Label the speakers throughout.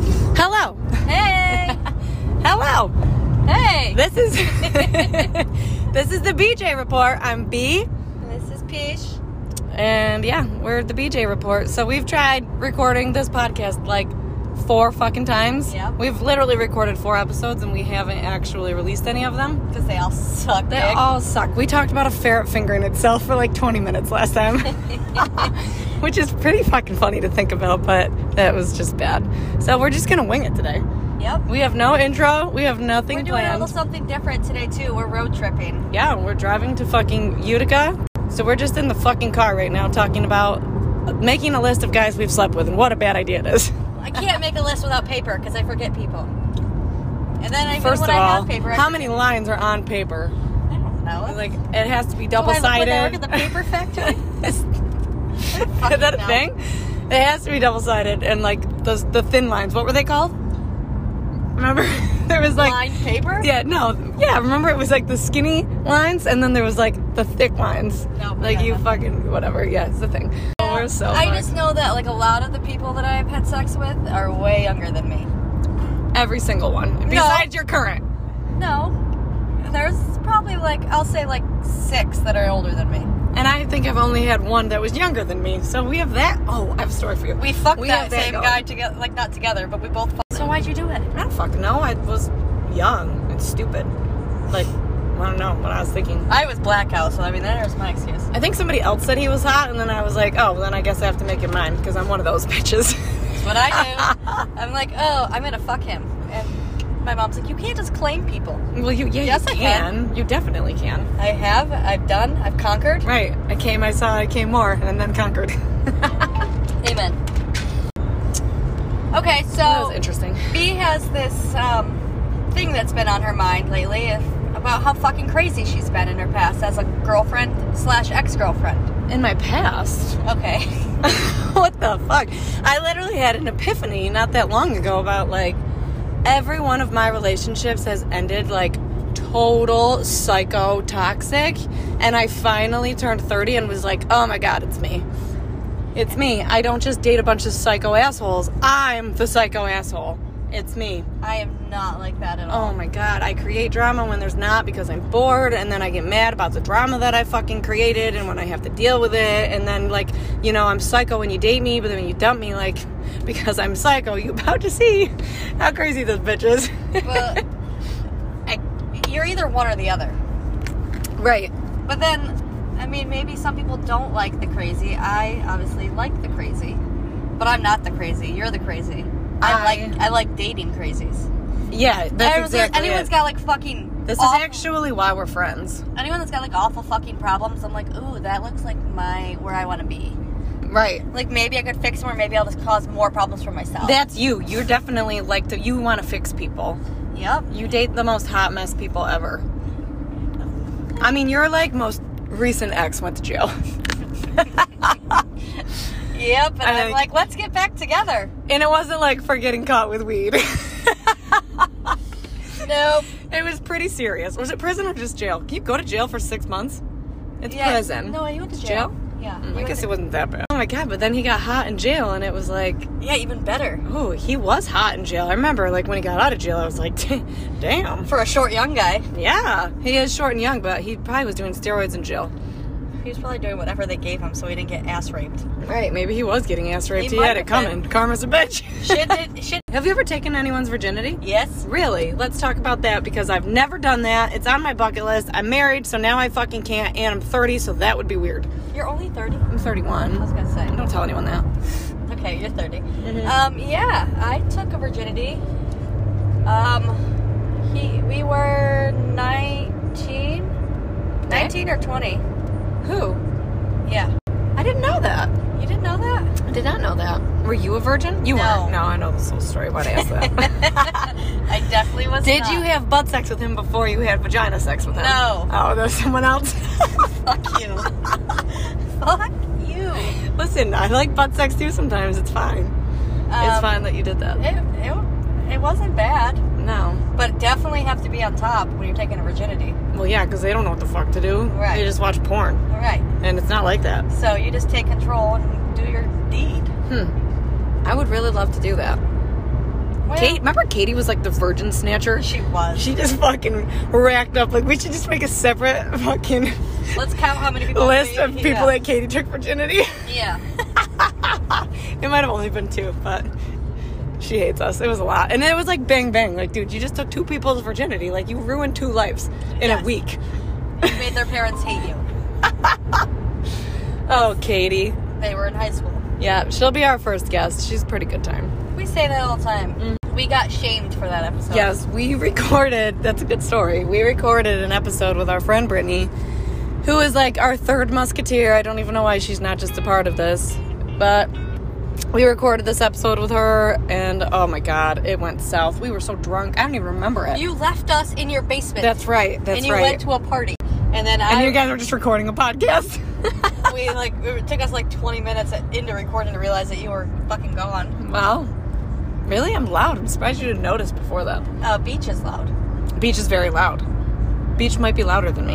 Speaker 1: Hello.
Speaker 2: Hey.
Speaker 1: Hello.
Speaker 2: hey.
Speaker 1: This is This is the BJ report. I'm B.
Speaker 2: This is Peach.
Speaker 1: And yeah, we're the BJ report. So we've tried recording this podcast like four fucking times.
Speaker 2: Yep.
Speaker 1: We've literally recorded four episodes and we haven't actually released any of them.
Speaker 2: Because they all suck.
Speaker 1: They
Speaker 2: dick.
Speaker 1: all suck. We talked about a ferret fingering itself for like 20 minutes last time, which is pretty fucking funny to think about, but that was just bad. So we're just gonna wing it today.
Speaker 2: Yep.
Speaker 1: We have no intro. We have nothing
Speaker 2: We're doing a
Speaker 1: planned.
Speaker 2: little something different today too. We're road tripping.
Speaker 1: yeah, we're driving to fucking Utica. So we're just in the fucking car right now talking about making a list of guys we've slept with and what a bad idea it is.
Speaker 2: I can't make a list without paper because I forget people. And then even
Speaker 1: First
Speaker 2: when
Speaker 1: of
Speaker 2: I
Speaker 1: all,
Speaker 2: have paper, I
Speaker 1: how
Speaker 2: forget-
Speaker 1: many lines are on paper?
Speaker 2: I don't know.
Speaker 1: Like it has to be
Speaker 2: Do I
Speaker 1: double
Speaker 2: look when I work
Speaker 1: sided.
Speaker 2: at the paper factory.
Speaker 1: Is
Speaker 2: Fucking
Speaker 1: that a
Speaker 2: no.
Speaker 1: thing? It has to be double sided and like those the thin lines. What were they called? Remember there was like
Speaker 2: Lined paper.
Speaker 1: Yeah, no, yeah. Remember, it was like the skinny lines, and then there was like the thick lines.
Speaker 2: No, but
Speaker 1: like
Speaker 2: yeah,
Speaker 1: you
Speaker 2: no.
Speaker 1: fucking whatever. Yeah, it's the thing. Oh, we're so.
Speaker 2: I
Speaker 1: fucked.
Speaker 2: just know that like a lot of the people that I've had sex with are way younger than me.
Speaker 1: every single one besides your current.
Speaker 2: No, there's probably like I'll say like six that are older than me.
Speaker 1: And I think I've only had one that was younger than me. So we have that. Oh, I have a story for you.
Speaker 2: We fucked
Speaker 1: We
Speaker 2: that
Speaker 1: have that
Speaker 2: same
Speaker 1: going.
Speaker 2: guy together, like not together, but we both. Fucked
Speaker 1: So
Speaker 2: why'd you do it?
Speaker 1: I don't fucking know. I was young and stupid. Like I don't know what I was thinking.
Speaker 2: I was blackout, so I mean there's my excuse.
Speaker 1: I think somebody else said he was hot, and then I was like, oh, well, then I guess I have to make it mine because I'm one of those bitches.
Speaker 2: That's what I do. I'm like, oh, I'm gonna fuck him, and my mom's like, you can't just claim people.
Speaker 1: well, you yeah,
Speaker 2: Yes, I
Speaker 1: you
Speaker 2: can.
Speaker 1: can. You definitely can.
Speaker 2: I have, I've done, I've conquered.
Speaker 1: Right. I came, I saw, I came more, and then conquered.
Speaker 2: Amen. Okay,
Speaker 1: that
Speaker 2: so
Speaker 1: was interesting.
Speaker 2: B has this um, thing that's been on her mind lately if, about how fucking crazy she's been in her past as a girlfriend slash ex girlfriend.
Speaker 1: In my past,
Speaker 2: Okay.
Speaker 1: what the fuck? I literally had an epiphany not that long ago about like every one of my relationships has ended like total psycho toxic, and I finally turned 30 and was like, oh my god, it's me. It's me. I don't just date a bunch of psycho assholes. I'm the psycho asshole. It's me.
Speaker 2: I am not like that at all.
Speaker 1: Oh my god, I create drama when there's not because I'm bored, and then I get mad about the drama that I fucking created and when I have to deal with it, and then, like, you know, I'm psycho when you date me, but then when you dump me, like, because I'm psycho, you about to see how crazy this bitch is.
Speaker 2: Well,
Speaker 1: Oh.
Speaker 2: I, you're either one or the other.
Speaker 1: right.
Speaker 2: But then, I mean, maybe some people don't like the crazy. I obviously like the crazy, but I'm not the crazy. You're the crazy. I,
Speaker 1: I-
Speaker 2: like I like dating crazies.
Speaker 1: Yeah, that's
Speaker 2: Everyone's-
Speaker 1: exactly
Speaker 2: anyone's
Speaker 1: it.
Speaker 2: got like fucking.
Speaker 1: This
Speaker 2: awful-
Speaker 1: is actually why we're friends.
Speaker 2: anyone that's got like awful fucking problems. I'm like, ooh, that looks like my where I want to be.
Speaker 1: Right.
Speaker 2: Like maybe I could fix them, or maybe I'll just cause more problems for myself.
Speaker 1: That's you. You're definitely like, the, you want to fix people.
Speaker 2: yep.
Speaker 1: You date the most hot mess people ever. I mean, your like most recent ex went to jail.
Speaker 2: Yep. And
Speaker 1: I
Speaker 2: I'm
Speaker 1: know.
Speaker 2: like, let's get back together.
Speaker 1: And it wasn't like for getting caught with weed.
Speaker 2: Nope.
Speaker 1: it was pretty serious. Was it prison or just jail? Can you go to jail for six months? It's
Speaker 2: Yeah.
Speaker 1: prison.
Speaker 2: No, he went to
Speaker 1: Jail?
Speaker 2: jail. Yeah.
Speaker 1: Mm,
Speaker 2: he
Speaker 1: I
Speaker 2: went
Speaker 1: guess
Speaker 2: to-
Speaker 1: it wasn't that bad. Oh my god, but then he got hot in jail and it was like,
Speaker 2: Yeah, even better.
Speaker 1: oh, he was hot in jail. I remember like when he got out of jail, I was like, damn.
Speaker 2: For a short young guy,
Speaker 1: Yeah, he is short and young, but he probably was doing steroids in jail.
Speaker 2: he was probably doing whatever they gave him so he didn't get ass raped.
Speaker 1: Right, maybe he was getting ass raped. He,
Speaker 2: might
Speaker 1: had it
Speaker 2: have been.
Speaker 1: coming. Karma's a bitch.
Speaker 2: Shit did shit.
Speaker 1: Have you ever taken anyone's virginity?
Speaker 2: Yes.
Speaker 1: Really? Let's talk about that because I've never done that. It's on my bucket list. I'm married, so now I fucking can't, and I'm 30, so that would be weird.
Speaker 2: You're only 30.
Speaker 1: I'm
Speaker 2: I was
Speaker 1: 31.
Speaker 2: gonna say.
Speaker 1: Don't tell anyone that.
Speaker 2: Okay, you're 30.
Speaker 1: Mm-hmm.
Speaker 2: Um, yeah, I took a virginity. Um, he, we were 19, 19 or 20.
Speaker 1: Who?
Speaker 2: Yeah.
Speaker 1: I didn't know that.
Speaker 2: You didn't know that?
Speaker 1: I did not know that. Were you a virgin? You
Speaker 2: No.
Speaker 1: weren't. No, I know this whole story. Why'd I ask that?
Speaker 2: I definitely was
Speaker 1: did
Speaker 2: not.
Speaker 1: you have butt sex with him before you had vagina sex with him?
Speaker 2: No.
Speaker 1: Oh, there's someone else.
Speaker 2: Fuck you. Fuck you.
Speaker 1: Listen, I like butt sex too sometimes. It's fine. it's
Speaker 2: Um,
Speaker 1: fine that you did that.
Speaker 2: It, it, it wasn't bad,
Speaker 1: No.
Speaker 2: but definitely have to be on top when you're taking a virginity.
Speaker 1: Well, yeah, because they don't know what the fuck to do.
Speaker 2: Right.
Speaker 1: They just watch porn,
Speaker 2: All right.
Speaker 1: and it's not like that.
Speaker 2: So you just take control and do your deed.
Speaker 1: Hmm. I would really love to do that.
Speaker 2: Well-
Speaker 1: Kate, remember Katie was like the virgin snatcher?
Speaker 3: She was.
Speaker 1: She just fucking racked up. Like, we should just make a separate fucking
Speaker 2: Let's count how many people.
Speaker 1: list of
Speaker 2: we-
Speaker 1: people
Speaker 2: yeah.
Speaker 1: that Katie took virginity.
Speaker 2: Yeah.
Speaker 1: It might have only been two, but she hates us. It was a lot. And it was like bang bang. Like, dude, you just took two people's virginity. Like, you ruined two lives in a
Speaker 2: Yes.
Speaker 1: week.
Speaker 2: You made their parents hate you.
Speaker 1: Oh, Katie.
Speaker 2: They were in high school.
Speaker 1: Yeah, she'll be our first guest. She's a pretty good time.
Speaker 2: We say that all the time. We got shamed for that episode.
Speaker 1: Mm. Yes, we recorded. That's a good story. We recorded an episode with our friend Brittany, who is like our third musketeer. I don't even know why she's not just a part of this, but we recorded this episode with her, and oh my god, it went south. We were so drunk. I don't even remember it.
Speaker 2: You left us in your basement.
Speaker 1: that's right. That's
Speaker 2: and you
Speaker 1: right.
Speaker 2: went to a party. And then
Speaker 1: and
Speaker 2: I
Speaker 1: you guys were just recording a podcast.
Speaker 2: we like it took us like 20 minutes into recording to realize that you were fucking gone.
Speaker 1: wow. Really? I'm loud. I'm surprised you didn't notice before that.
Speaker 2: Uh, beach is loud.
Speaker 1: Beach is very loud. Beach might be louder than me.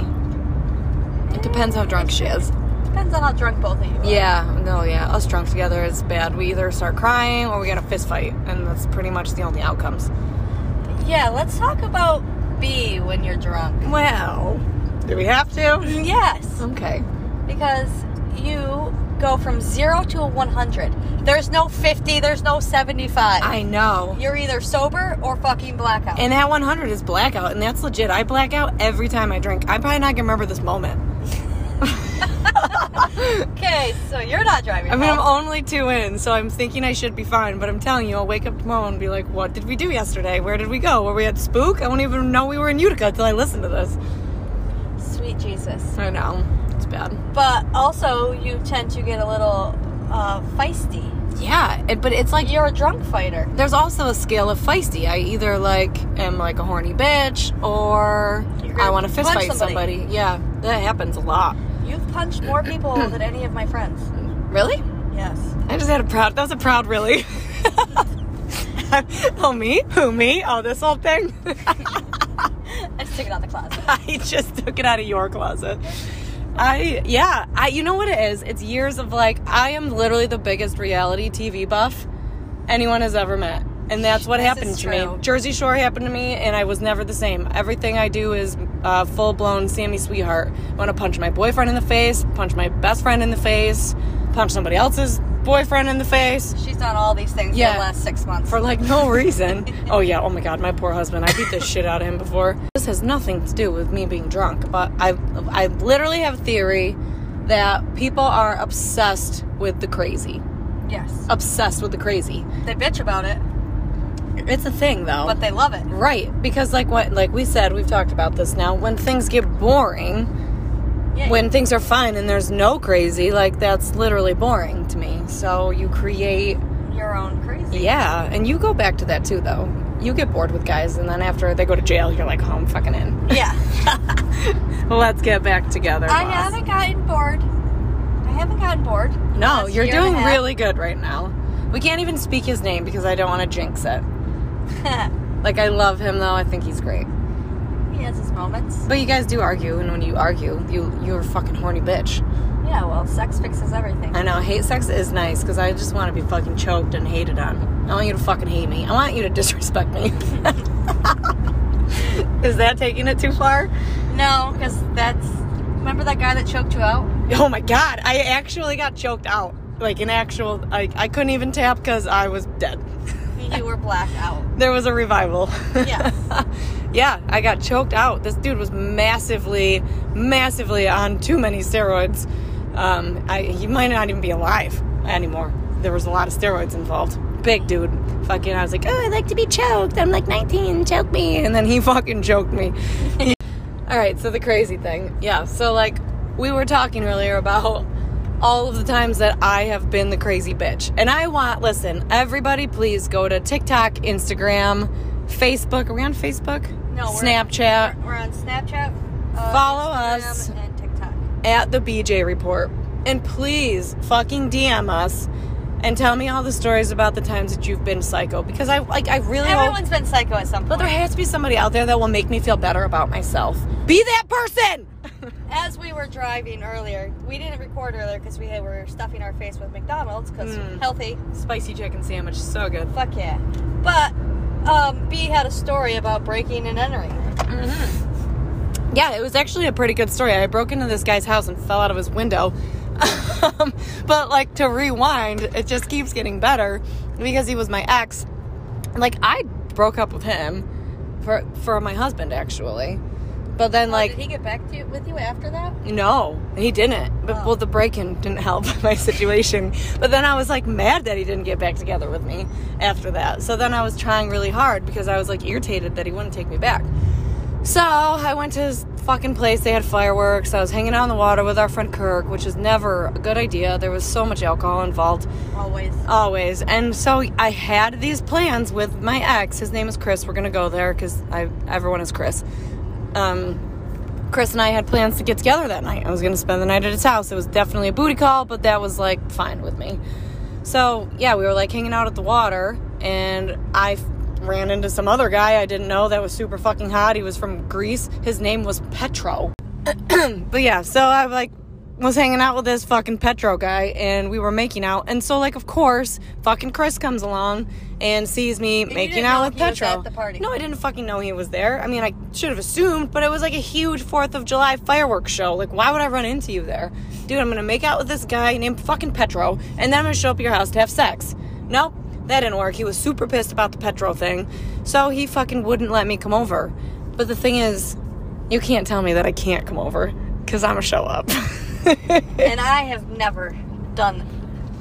Speaker 1: It depends how drunk she is.
Speaker 2: Depends on how drunk both of you are.
Speaker 1: Yeah, no, yeah. Us drunk together is bad. We either start crying or we get in a fist fight, and that's pretty much the only outcomes.
Speaker 2: Yeah, let's talk about B when you're drunk.
Speaker 1: Wow. Do we have to?
Speaker 2: Yes,
Speaker 1: Okay.
Speaker 2: because you go from 0 to a 100. There's no 50, there's no 75.
Speaker 1: I know.
Speaker 2: you're either sober or fucking blackout.
Speaker 1: And that 100 is blackout, and that's legit. I black out every time I drink. I'm probably not gonna remember this moment.
Speaker 2: okay, so you're not driving.
Speaker 1: I mean, I'm
Speaker 2: home.
Speaker 1: only two in, so I'm thinking I should be fine. But I'm telling you, I'll wake up tomorrow and be like, "What did we do yesterday? Where did we go? Were we at Spook? I won't even know we were in Utica until I listen to this."
Speaker 2: Sweet Jesus.
Speaker 1: I know it's bad.
Speaker 2: But also, you tend to get a little uh, feisty.
Speaker 1: Yeah, it, but it's like
Speaker 2: You're a drunk fighter.
Speaker 1: there's also a scale of feisty. I either like am like a horny bitch, or
Speaker 2: You're gonna
Speaker 1: I want to fist
Speaker 2: punch
Speaker 1: fight
Speaker 2: somebody.
Speaker 1: somebody. Yeah, that happens a lot.
Speaker 2: You've punched more people than any of my friends.
Speaker 1: Really?
Speaker 2: Yes.
Speaker 1: I just had a proud. That was a proud really. oh me? Who me? Oh this whole thing.
Speaker 2: I just took it out the closet.
Speaker 1: I just took it out of your closet. I yeah, I you know what it is? It's years of like I am literally the biggest reality TV buff anyone has ever met. And that's what
Speaker 2: This
Speaker 1: happened
Speaker 2: is
Speaker 1: to
Speaker 2: true.
Speaker 1: me. Jersey Shore happened to me and I was never the same. Everything I do is uh, full blown Sammy sweetheart. I want to punch my boyfriend in the face, punch my best friend in the face, punch somebody else's boyfriend in the face
Speaker 2: She's done all these things for
Speaker 1: Yeah.
Speaker 2: the last six months.
Speaker 1: for like no reason. oh yeah, oh my god, my poor husband. I beat the shit out of him before. This has nothing to do with me being drunk, but I I literally have a theory that people are obsessed with the crazy.
Speaker 2: yes.
Speaker 1: Obsessed with the crazy.
Speaker 2: They bitch about it,
Speaker 1: It's a thing though.
Speaker 2: but they love it.
Speaker 1: right, because like what like we said, we've talked about this now, when things get boring,
Speaker 2: Yeah,
Speaker 1: when things are fine and there's no crazy, like that's literally boring to me. So you create
Speaker 2: your own crazy.
Speaker 1: Yeah, and you go back to that too, though. You get bored with guys, and then after they go to jail, you're like, "Oh, I'm fucking in."
Speaker 2: Yeah.
Speaker 1: Let's get back together.
Speaker 2: I
Speaker 1: boss.
Speaker 2: haven't gotten bored. I haven't gotten bored.
Speaker 1: No,
Speaker 2: Last
Speaker 1: you're
Speaker 2: year and a
Speaker 1: doing
Speaker 2: half.
Speaker 1: really good right now. We can't even speak his name because I don't want to jinx it. Like I love him though. I think he's great.
Speaker 2: he has his moments.
Speaker 1: But you guys do argue, and when you argue, you you're a fucking horny bitch.
Speaker 2: Yeah, well, sex fixes everything.
Speaker 1: I know. Hate sex is nice because I just want to be fucking choked and hated on. I want you to fucking hate me. I want you to disrespect me. is that taking it too far?
Speaker 2: No, because that's. Remember that guy that choked you out?
Speaker 1: Oh my god, I actually got choked out. Like an actual, I, I couldn't even tap because I was dead.
Speaker 2: You were blacked out.
Speaker 1: There was a revival.
Speaker 2: Yes.
Speaker 1: yeah, I got choked out. This dude was massively, massively on too many steroids. Um, I, he might not even be alive anymore. There was a lot of steroids involved. Big dude. Fucking, I was like, oh, I'd like to be choked. I'm like 19, choke me. And then he fucking choked me. All right, so the crazy thing. Yeah, so like we were talking earlier about all of the times that I have been the crazy bitch. And I want, listen, everybody please go to TikTok, Instagram, Facebook. Are we on Facebook?
Speaker 2: No, we're-
Speaker 1: Snapchat.
Speaker 2: We're on Snapchat. Uh,
Speaker 1: Follow
Speaker 2: Instagram,
Speaker 1: us.
Speaker 2: And TikTok.
Speaker 1: at the BJ Report. And please fucking DM us and tell me all the stories about the times that you've been psycho because I like I really hope
Speaker 2: Everyone's been psycho at some
Speaker 1: but
Speaker 2: point.
Speaker 1: there has to be somebody out there that will make me feel better about myself. Be that person.
Speaker 2: As we were driving earlier, we didn't record earlier because we had- were stuffing
Speaker 1: Hmm.
Speaker 2: our face with McDonald's because healthy.
Speaker 1: Spicy chicken sandwich, so good.
Speaker 2: Fuck yeah. But um, B had a story about breaking and entering.
Speaker 1: Yeah, it was actually a pretty good story. I broke into this guy's house and fell out of his window. um, but like to rewind, it just keeps getting better because he was my ex. Like I broke up with him for for my husband actually. But then like
Speaker 2: did he get back to you, with you after that?
Speaker 1: no, he didn't. But
Speaker 2: Oh.
Speaker 1: well, the break-in didn't help my situation. But then I was like mad that he didn't get back together with me after that. So then I was trying really hard because I was like irritated that he wouldn't take me back. So I went to his fucking place. They had fireworks. I was hanging out in the water with our friend Kirk, which is never a good idea. There was so much alcohol involved
Speaker 2: Always.
Speaker 1: always. And so I had these plans with my ex. His name is Chris. We're gonna go there because I everyone is Chris. Um, Chris and I had plans to get together that night. I was gonna spend the night at his house. It was definitely a booty call, but that was like fine with me. So yeah, we were like hanging out at the water, and I f- ran into some other guy I didn't know that was super fucking hot. He was from Greece. His name was Petro. but yeah, so I like was hanging out with this fucking Petro guy and we were making out. And so like of course, fucking Chris comes along and sees me making
Speaker 2: didn't
Speaker 1: out
Speaker 2: know
Speaker 1: with
Speaker 2: he was
Speaker 1: Petro.
Speaker 2: at the party?
Speaker 1: No, I didn't fucking know he was there. I mean, I should have assumed, but it was like a huge 4th of July fireworks show. Like why would I run into you there? Dude, I'm going to make out with this guy named fucking Petro and then I'm going to show up at your house to have sex. Nope. That didn't work. He was super pissed about the Petro thing. So he fucking wouldn't let me come over. But the thing is, you can't tell me that I can't come over because I'm going to show up.
Speaker 2: and I have never done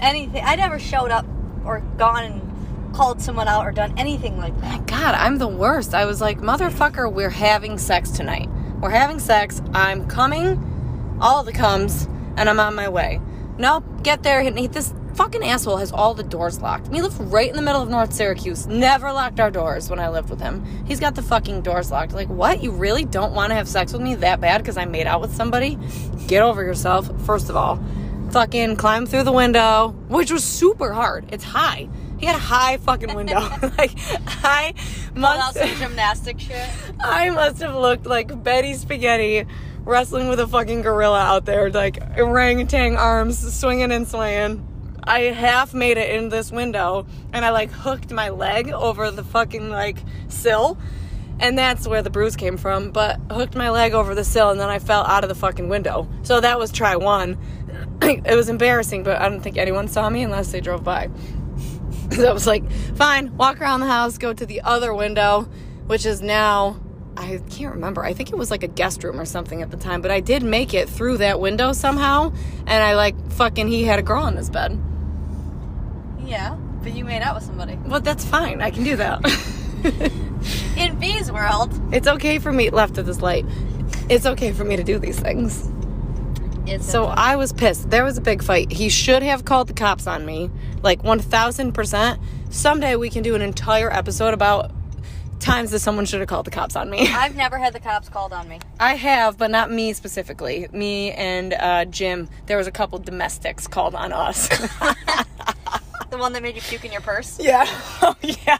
Speaker 2: anything. I never showed up or gone and called someone out or done anything like that.
Speaker 1: God, I'm the worst. I was like, motherfucker, we're having sex tonight. We're having sex. I'm coming, all the comes, and I'm on my way. Nope, get there. Hit, hit this fucking asshole has all the doors locked. And He lives right in the middle of North Syracuse. Never locked our doors when I lived with him. He's got the fucking doors locked. Like, what? You really don't want to have sex with me that bad because I made out with somebody? Get over yourself, first of all. Fucking climb through the window, which was super hard. It's high. He had a high fucking window. like, I
Speaker 2: Called
Speaker 1: must.
Speaker 2: out some gymnastic shit.
Speaker 1: I must have looked like Betty Spaghetti wrestling with a fucking gorilla out there, like orangutan arms swinging and swaying. I half made it in this window and I like hooked my leg over the fucking like sill. And that's where the bruise came from, but hooked my leg over the sill and then I fell out of the fucking window. So that was try one. it was embarrassing, but I don't think anyone saw me unless they drove by. So I was like, fine, walk around the house, go to the other window, which is now, I can't remember. I think it was like a guest room or something at the time, but I did make it through that window somehow. And I like fucking, he had a girl on his bed.
Speaker 2: Yeah, but you made out with somebody.
Speaker 1: Well, that's fine. I can do that.
Speaker 2: In B's world,
Speaker 1: it's okay for me, left of this light. It's okay for me to do these things.
Speaker 2: it's
Speaker 1: So I was pissed. There was a big fight. He should have called the cops on me, like 1000%. Someday we can do an entire episode about times that someone should have called the cops on me.
Speaker 2: I've never had the cops called on me.
Speaker 1: I have, but not me specifically. Me and uh, Jim, there was a couple domestics called on us.
Speaker 2: The one that made you puke in your purse.
Speaker 1: yeah. Oh, yeah.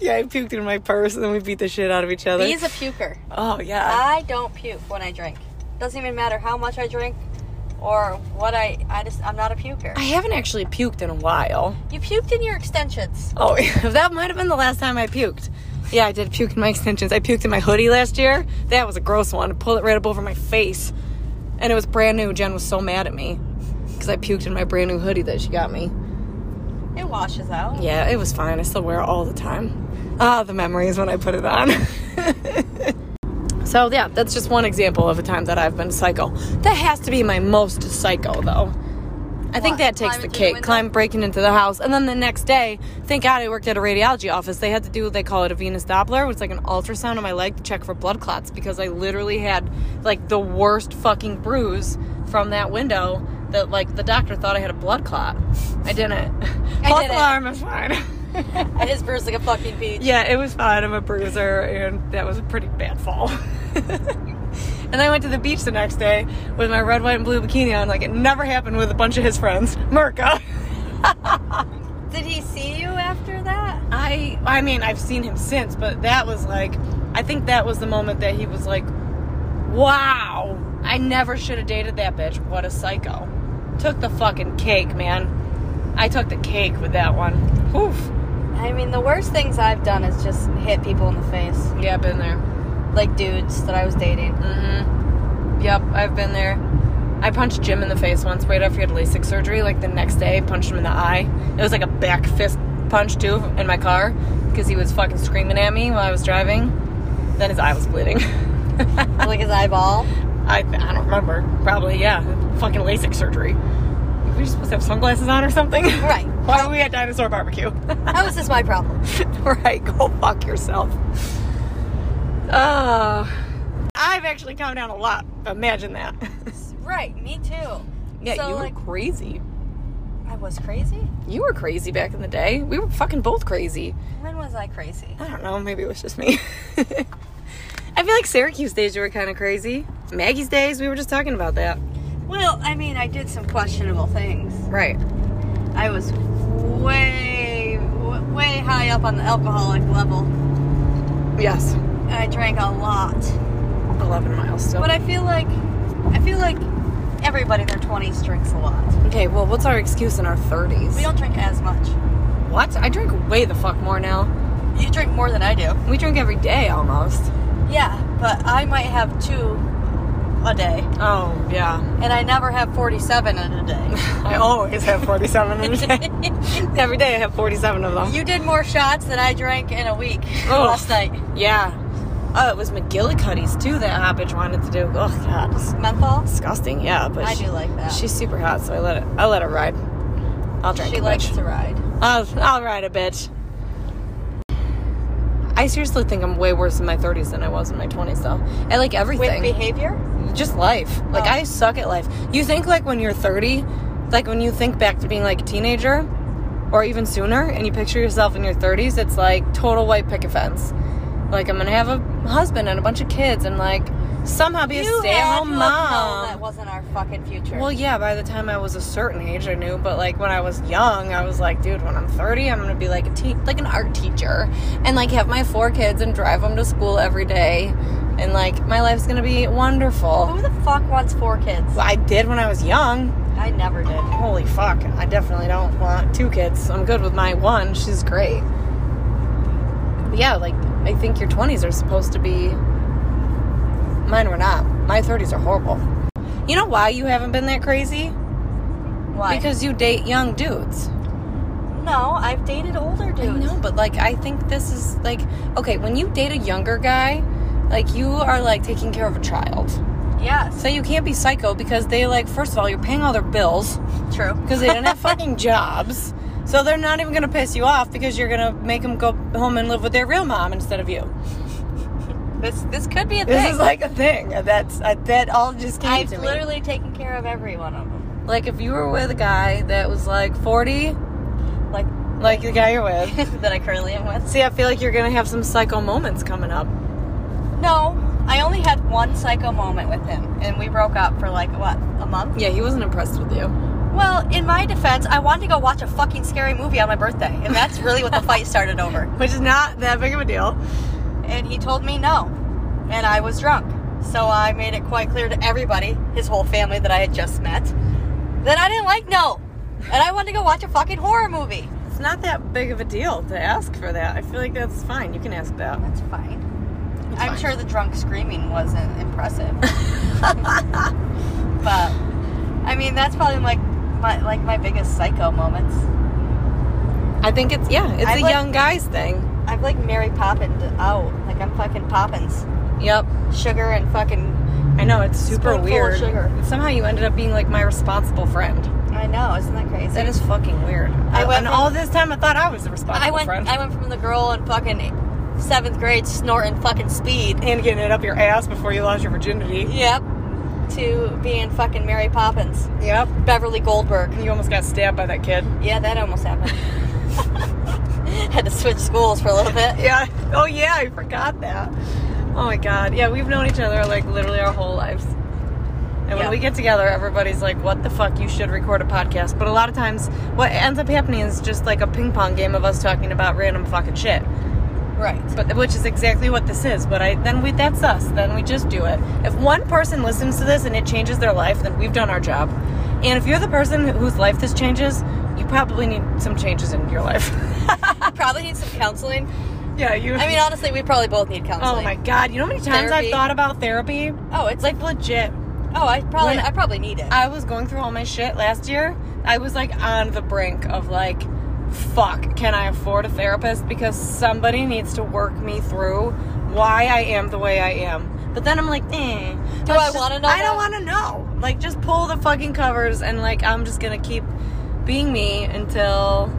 Speaker 1: yeah, I puked in my purse and then we beat the shit out of each other.
Speaker 2: B's a puker.
Speaker 1: oh, yeah.
Speaker 2: I don't puke when I drink. Doesn't even matter how much I drink or what I. I just I'm not a puker.
Speaker 1: I haven't actually puked in a while.
Speaker 2: You puked in your extensions.
Speaker 1: Oh, that might have been the last time I puked. Yeah, I did puke in my extensions. I puked in my hoodie last year. That was a gross one. I pulled it right up over my face. And it was brand new. Jen was so mad at me because I puked in my brand new hoodie that she got me.
Speaker 2: It washes out.
Speaker 1: Yeah, it was fine. I still wear it all the time. Ah, the memories when I put it on. so, yeah, that's just one example of a time that I've been psycho. That has to be my most psycho, though. I think that
Speaker 2: What,
Speaker 1: takes
Speaker 2: climbing
Speaker 1: the
Speaker 2: through the
Speaker 1: cake.
Speaker 2: window?
Speaker 1: Climb breaking into the house. And then the next day, thank God I worked at a radiology office. They had to do what they call it a venous Doppler, which is like an ultrasound on my leg to check for blood clots because I literally had like the worst fucking bruise from that window that like the doctor thought I had a blood clot. I didn't. False
Speaker 2: didn't.
Speaker 1: alarm, I'm fine.
Speaker 2: I just bruised like a fucking peach.
Speaker 1: Yeah, it was fine. I'm a bruiser, and that was a pretty bad fall. and I went to the beach the next day with my red, white, and blue bikini on, like it never happened with a bunch of his friends. Merca.
Speaker 2: Did he see you after that?
Speaker 1: I, I mean, I've seen him since, but that was like, I think that was the moment that he was like, "Wow, I never should have dated that bitch. What a psycho." Took the fucking cake, man. I took the cake with that one. Oof.
Speaker 2: I mean, the worst things I've done is just hit people in the face,
Speaker 1: Yeah, been there.
Speaker 2: like dudes that I was dating.
Speaker 1: Mm-hmm. Yep, I've been there. I punched Jim in the face once right after he had LASIK surgery. Like the next day, punched him in the eye. It was like a back fist punch too in my car because he was fucking screaming at me while I was driving. Then his eye was bleeding.
Speaker 2: like his eyeball.
Speaker 1: I, I don't remember. Probably yeah. Fucking LASIK surgery. Were you supposed to have sunglasses on or something?
Speaker 2: Right.
Speaker 1: Why are we at dinosaur barbecue?
Speaker 2: How is this my problem?
Speaker 1: right, go fuck yourself. Oh, I've actually come down a lot. Imagine that.
Speaker 2: Right, me too.
Speaker 1: Yeah,
Speaker 2: so,
Speaker 1: you were
Speaker 2: like,
Speaker 1: crazy.
Speaker 2: I was crazy.
Speaker 1: You were crazy back in the day. We were fucking both crazy.
Speaker 2: When was I crazy?
Speaker 1: I don't know, maybe it was just me. I feel like Syracuse days you were kind of crazy. Maggie's days, we were just talking about that.
Speaker 2: Well, I mean, I did some questionable things.
Speaker 1: Right.
Speaker 2: I was way, w- way high up on the alcoholic level.
Speaker 1: Yes.
Speaker 2: and I drank a lot.
Speaker 1: 11 miles still.
Speaker 2: But I feel like, I feel like everybody in their 20s drinks a lot.
Speaker 1: okay, well, what's our excuse in our 30s?
Speaker 2: We don't drink as much.
Speaker 1: What? I drink way the fuck more now.
Speaker 2: You drink more than I do.
Speaker 1: We drink every day almost.
Speaker 2: Yeah, but I might have two a day,
Speaker 1: Oh, yeah.
Speaker 2: and I never have 47 in a day.
Speaker 1: I always have 47 in a day. Um. every day I have 47 of them.
Speaker 2: you did more shots than I drank in a week
Speaker 1: Oh.
Speaker 2: last night.
Speaker 1: Yeah. Oh, it was McGillicuddy's too that Hoppage wanted to do. Oh god, it's
Speaker 2: Menthol.
Speaker 1: disgusting. Yeah, but
Speaker 2: I
Speaker 1: she-
Speaker 2: do like that.
Speaker 1: she's super hot, so I let it. I let her ride. I'll drink.
Speaker 2: she
Speaker 1: a
Speaker 2: likes
Speaker 1: bitch.
Speaker 2: to ride.
Speaker 1: I'll, I'll ride a bitch. I seriously think I'm way worse in my 30s than I was in my 20s, though. I like
Speaker 2: With
Speaker 1: everything.
Speaker 2: behavior?
Speaker 1: just life. Like
Speaker 2: Oh.
Speaker 1: I suck at life. You think like when you're 30, like when you think back to being like a teenager or even sooner and you picture yourself in your 30s, it's like total white picket fence. Like I'm going to have a husband and a bunch of kids and like somehow be a
Speaker 2: had
Speaker 1: stay-at-home
Speaker 2: to have known That
Speaker 1: mom.
Speaker 2: wasn't our fucking future.
Speaker 1: Well, yeah, by the time I was a certain age, I knew, but like when I was young, I was like, dude, when I'm 30, I'm going to be like a te- like an art teacher and like have my four kids and drive them to school every day and like my life's going to be wonderful.
Speaker 2: Who the fuck wants four kids?
Speaker 1: Well, I did when I was young.
Speaker 2: I never did.
Speaker 1: Holy fuck. I definitely don't want two kids. I'm good with my one. She's great. But yeah, like, I think your 20s are supposed to be. Mine were not. My 30s are horrible. You know why you haven't been that crazy?
Speaker 2: Why?
Speaker 1: Because you date young dudes.
Speaker 2: no, I've dated older dudes.
Speaker 1: I know, but like, I think this is like, okay, when you date a younger guy, like, you are like taking care of a child.
Speaker 2: Yes,
Speaker 1: So you can't be psycho because they, like, first of all, you're paying all their bills.
Speaker 2: true.
Speaker 1: because they didn't have fucking jobs. So they're not even gonna piss you off because you're gonna make them go home and live with their real mom instead of you.
Speaker 2: This this could be a
Speaker 1: This
Speaker 2: thing.
Speaker 1: is like a thing. That's uh, that all just came
Speaker 2: I've
Speaker 1: to me.
Speaker 2: literally taken care of every one of them.
Speaker 1: Like if you were with a guy that was like 40,
Speaker 2: Like
Speaker 1: like the guy you're with.
Speaker 2: that I currently am with.
Speaker 1: See, I feel like you're gonna have some psycho moments coming up.
Speaker 2: No, I only had one psycho moment with him, and we broke up for like what a month.
Speaker 1: Yeah, he wasn't impressed with you.
Speaker 2: Well, in my defense, I wanted to go watch a fucking scary movie on my birthday, and that's really what the fight started over.
Speaker 1: Which is not that big of a deal.
Speaker 2: And he told me no, and I was drunk. So I made it quite clear to everybody, his whole family that I had just met, that I didn't like no, and I wanted to go watch a fucking horror movie.
Speaker 1: It's not that big of a deal to ask for that. I feel like that's fine. You can ask that.
Speaker 2: That's fine. I'm
Speaker 1: fine.
Speaker 2: sure the drunk screaming wasn't impressive. but I mean that's probably like my like my biggest psycho moments.
Speaker 1: I think it's yeah, it's a
Speaker 2: I'd like-
Speaker 1: young guys thing.
Speaker 2: I've like Mary Poppins out. Like I'm fucking Poppins.
Speaker 1: Yep.
Speaker 2: Sugar and fucking
Speaker 1: I know it's super
Speaker 2: Spoonful of
Speaker 1: weird.
Speaker 2: sugar.
Speaker 1: Somehow you ended up being like my responsible friend.
Speaker 2: I know, isn't that crazy?
Speaker 1: That is fucking weird.
Speaker 2: I went
Speaker 1: and
Speaker 2: from-
Speaker 1: all this time I thought I was the responsible
Speaker 2: I went
Speaker 1: friend.
Speaker 2: I went from the girl in fucking seventh grade snorting fucking speed.
Speaker 1: and getting it up your ass before you lost your virginity.
Speaker 2: Yep. To being fucking Mary Poppins.
Speaker 1: Yep.
Speaker 2: Beverly Goldberg.
Speaker 1: You almost got stabbed by that kid.
Speaker 2: Yeah, that almost happened. Had to switch schools for a little bit.
Speaker 1: Yeah. Oh yeah, I forgot that. Oh my god. Yeah, we've known each other like literally our whole lives. And when
Speaker 2: Yeah.
Speaker 1: we get together, everybody's like, "What the fuck? You should record a podcast." But a lot of times, what ends up happening is just like a ping pong game of us talking about random fucking shit.
Speaker 2: Right.
Speaker 1: but which is exactly what this is. But I then we that's us. Then we just do it. If one person listens to this and it changes their life, then we've done our job. And if you're the person whose life this changes, you probably need some changes in your life.
Speaker 2: probably need some counseling.
Speaker 1: Yeah, you.
Speaker 2: I mean, honestly, we probably both need
Speaker 1: oh
Speaker 2: counseling.
Speaker 1: my god, you know how many times
Speaker 2: Therapy.
Speaker 1: I've thought about therapy?
Speaker 2: Oh, it's like
Speaker 1: Like legit.
Speaker 2: oh, I probably
Speaker 1: When-
Speaker 2: I probably need it.
Speaker 1: I was going through all my shit last year. I was like on the brink of like, fuck, can I afford a therapist? Because somebody needs to work me through why I am the way I am. But then I'm like, eh.
Speaker 2: Do
Speaker 1: let's
Speaker 2: I
Speaker 1: just-
Speaker 2: wanna know
Speaker 1: I don't
Speaker 2: that?
Speaker 1: want to know. Like, just pull the fucking covers and like, I'm just gonna keep being me until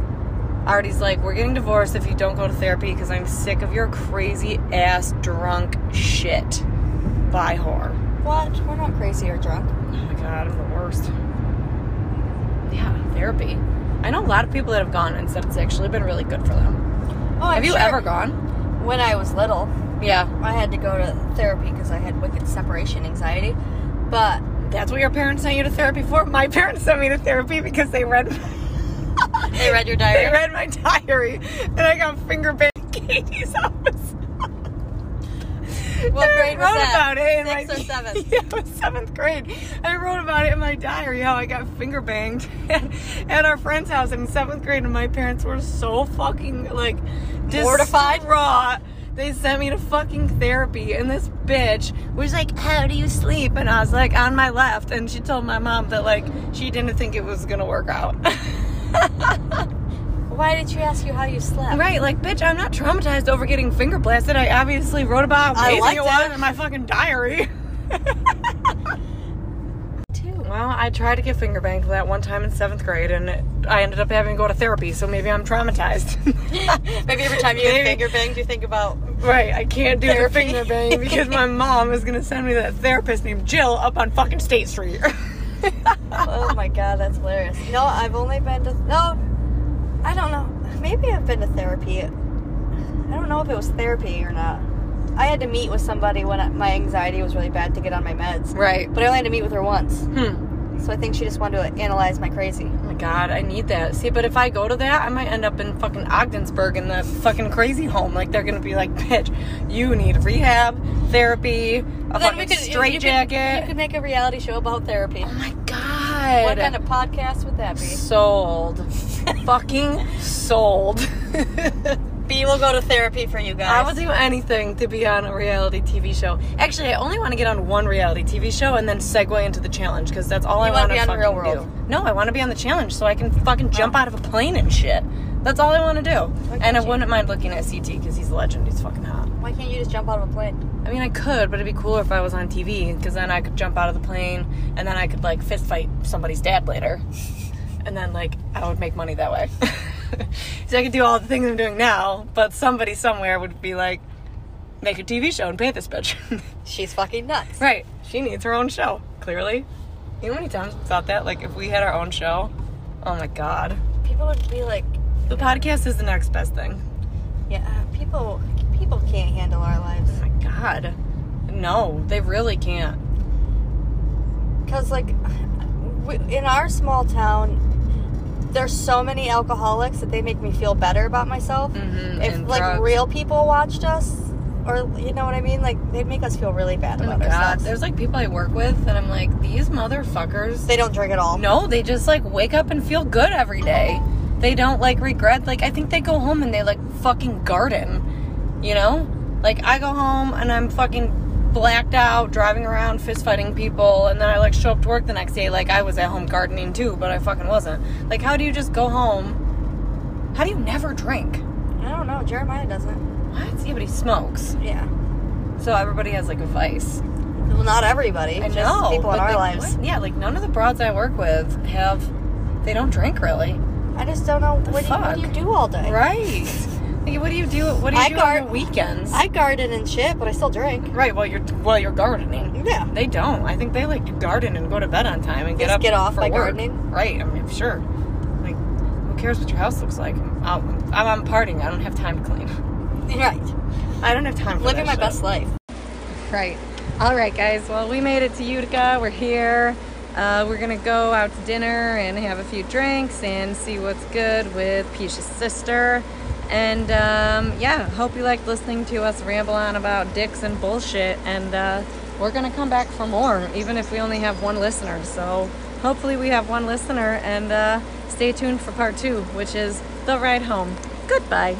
Speaker 1: Artie's like, we're getting divorced if you don't go to therapy because I'm sick of your crazy ass drunk shit. Bye, whore.
Speaker 2: what? We're not crazy or drunk.
Speaker 1: Oh my god, I'm the worst. Yeah, therapy. I know a lot of people that have gone and said it's actually been really good for them.
Speaker 2: Oh, I'm
Speaker 1: have you
Speaker 2: sure.
Speaker 1: ever gone?
Speaker 2: When I was little,
Speaker 1: Yeah.
Speaker 2: I had to go to therapy because I had wicked separation anxiety. But
Speaker 1: That's what your parents sent you to therapy for. My parents sent me to therapy because they read
Speaker 2: they read your
Speaker 1: they
Speaker 2: diary.
Speaker 1: read my diary and I got finger banged at Katie's office.
Speaker 2: What
Speaker 1: And
Speaker 2: grade
Speaker 1: I
Speaker 2: was
Speaker 1: wrote
Speaker 2: that?
Speaker 1: about it in my,
Speaker 2: Sixth or seventh?
Speaker 1: Yeah, it was seventh grade. I wrote about it in my diary how I got finger banged at, at our friend's house in seventh grade, and my parents were so fucking like
Speaker 2: Mortified?
Speaker 1: raw. They sent me to fucking therapy, and this bitch was like, "How do you sleep?" And I was like, "On my left." And she told my mom that like she didn't think it was gonna work out.
Speaker 2: Why did she ask you how you slept?
Speaker 1: Right, like, bitch, I'm not traumatized over getting finger blasted. I obviously wrote about how
Speaker 2: I
Speaker 1: amazing it
Speaker 2: liked it.
Speaker 1: was in my fucking diary.
Speaker 2: Too.
Speaker 1: Well, I tried to get finger banged that one time in seventh grade, and it, I ended up having to go to therapy, so maybe I'm traumatized.
Speaker 2: Maybe every time you get
Speaker 1: Maybe.
Speaker 2: finger banged, you think about
Speaker 1: right, I can't do
Speaker 2: Therapy.
Speaker 1: the finger bang because my mom is gonna send me to that therapist named Jill up on fucking State Street.
Speaker 2: oh my god, that's hilarious. No, I've only been to no. I don't know. Maybe I've been to therapy. I don't know if it was therapy or not. I had to meet with somebody when I, my anxiety was really bad to get on my meds,
Speaker 1: right.
Speaker 2: but I only had to meet with her once.
Speaker 1: Hmm.
Speaker 2: So I think she just wanted to analyze my crazy.
Speaker 1: Oh my god, I need that. See, but if I go to that, I might end up in fucking Ogdensburg in the fucking crazy home. Like, they're gonna be like, bitch, you need rehab, therapy, a fucking straight
Speaker 2: You
Speaker 1: jacket.
Speaker 2: could make a reality show about therapy.
Speaker 1: oh my god.
Speaker 2: What kind of podcast would that be?
Speaker 1: Sold. fucking sold.
Speaker 2: B will go to therapy for you guys.
Speaker 1: I will do anything to be on a reality TV show. Actually, I only want to get on one reality TV show and then segue into the challenge because that's all I
Speaker 2: You wanna
Speaker 1: want to
Speaker 2: be on
Speaker 1: fucking
Speaker 2: Real World?
Speaker 1: do. No, I want to be on the challenge so I can fucking jump out of a plane and shit. That's all I want to do.
Speaker 2: I
Speaker 1: and I
Speaker 2: got you.
Speaker 1: wouldn't mind looking at CT because he's a legend. He's fucking hot.
Speaker 2: Why can't you just jump out of a plane?
Speaker 1: I mean, I could, but it'd be cooler if I was on TV because then I could jump out of the plane and then I could like fist fight somebody's dad later. And then like I would make money that way. so I could do all the things I'm doing now, but somebody somewhere would be like, make a TV show and pay this bitch.
Speaker 2: She's fucking nuts.
Speaker 1: right. She needs her own show, clearly. You know how many times I thought that? Like if we had our own show, oh my god.
Speaker 2: People would be like,
Speaker 1: The podcast is the next best thing.
Speaker 2: Yeah, uh, people people can't handle our lives.
Speaker 1: Oh my god. No, they really can't.
Speaker 2: Cause like we, in our small town, there's so many alcoholics that they make me feel better about myself.
Speaker 1: Mm-hmm.
Speaker 2: If like real people watched us, or you know what I mean, like they'd make us feel really bad
Speaker 1: Oh my
Speaker 2: about
Speaker 1: god,
Speaker 2: ourselves.
Speaker 1: there's like people I work with, and I'm like, these motherfuckers.
Speaker 2: they don't drink at all.
Speaker 1: No, they just like wake up and feel good every day. They don't like regret. Like I think they go home and they like fucking garden. You know, like I go home and I'm fucking blacked out, driving around, fist fighting people, and then I like show up to work the next day like I was at home gardening too, but I fucking wasn't. Like, how do you just go home? How do you never drink?
Speaker 2: I don't know. Jeremiah doesn't.
Speaker 1: What? Yeah, but he smokes.
Speaker 2: Yeah.
Speaker 1: So everybody has like a vice.
Speaker 2: Well, not everybody.
Speaker 1: I
Speaker 2: just
Speaker 1: know.
Speaker 2: people in
Speaker 1: but
Speaker 2: our
Speaker 1: like,
Speaker 2: lives.
Speaker 1: what- Yeah, like none of the broads I work with have. They don't drink really.
Speaker 2: I just don't know what do, you, what do you
Speaker 1: fuck?
Speaker 2: do all day.
Speaker 1: Right. like, what do you do? What do you
Speaker 2: I
Speaker 1: do on
Speaker 2: gar-
Speaker 1: the weekends?
Speaker 2: I garden and shit, but I still drink.
Speaker 1: right. While you're while you're gardening.
Speaker 2: Yeah.
Speaker 1: They don't. I think they like garden and go to bed on time and get
Speaker 2: Just
Speaker 1: up.
Speaker 2: get off
Speaker 1: for
Speaker 2: by
Speaker 1: work.
Speaker 2: gardening?
Speaker 1: Right. I mean, sure. Like, who cares what your house looks like? I'm out, I'm, I'm partying. I don't have time to clean.
Speaker 2: Right.
Speaker 1: I don't have time for that
Speaker 2: Living my
Speaker 1: shit.
Speaker 2: best life.
Speaker 1: Right. All right, guys. Well, we made it to Utica. We're here. Uh, we're gonna go out to dinner and have a few drinks and see what's good with Pisha's sister. And um, yeah, hope you liked listening to us ramble on about dicks and bullshit. And uh, we're gonna come back for more, even if we only have one listener. So hopefully we have one listener. And uh, stay tuned for part two, which is the ride home. Goodbye.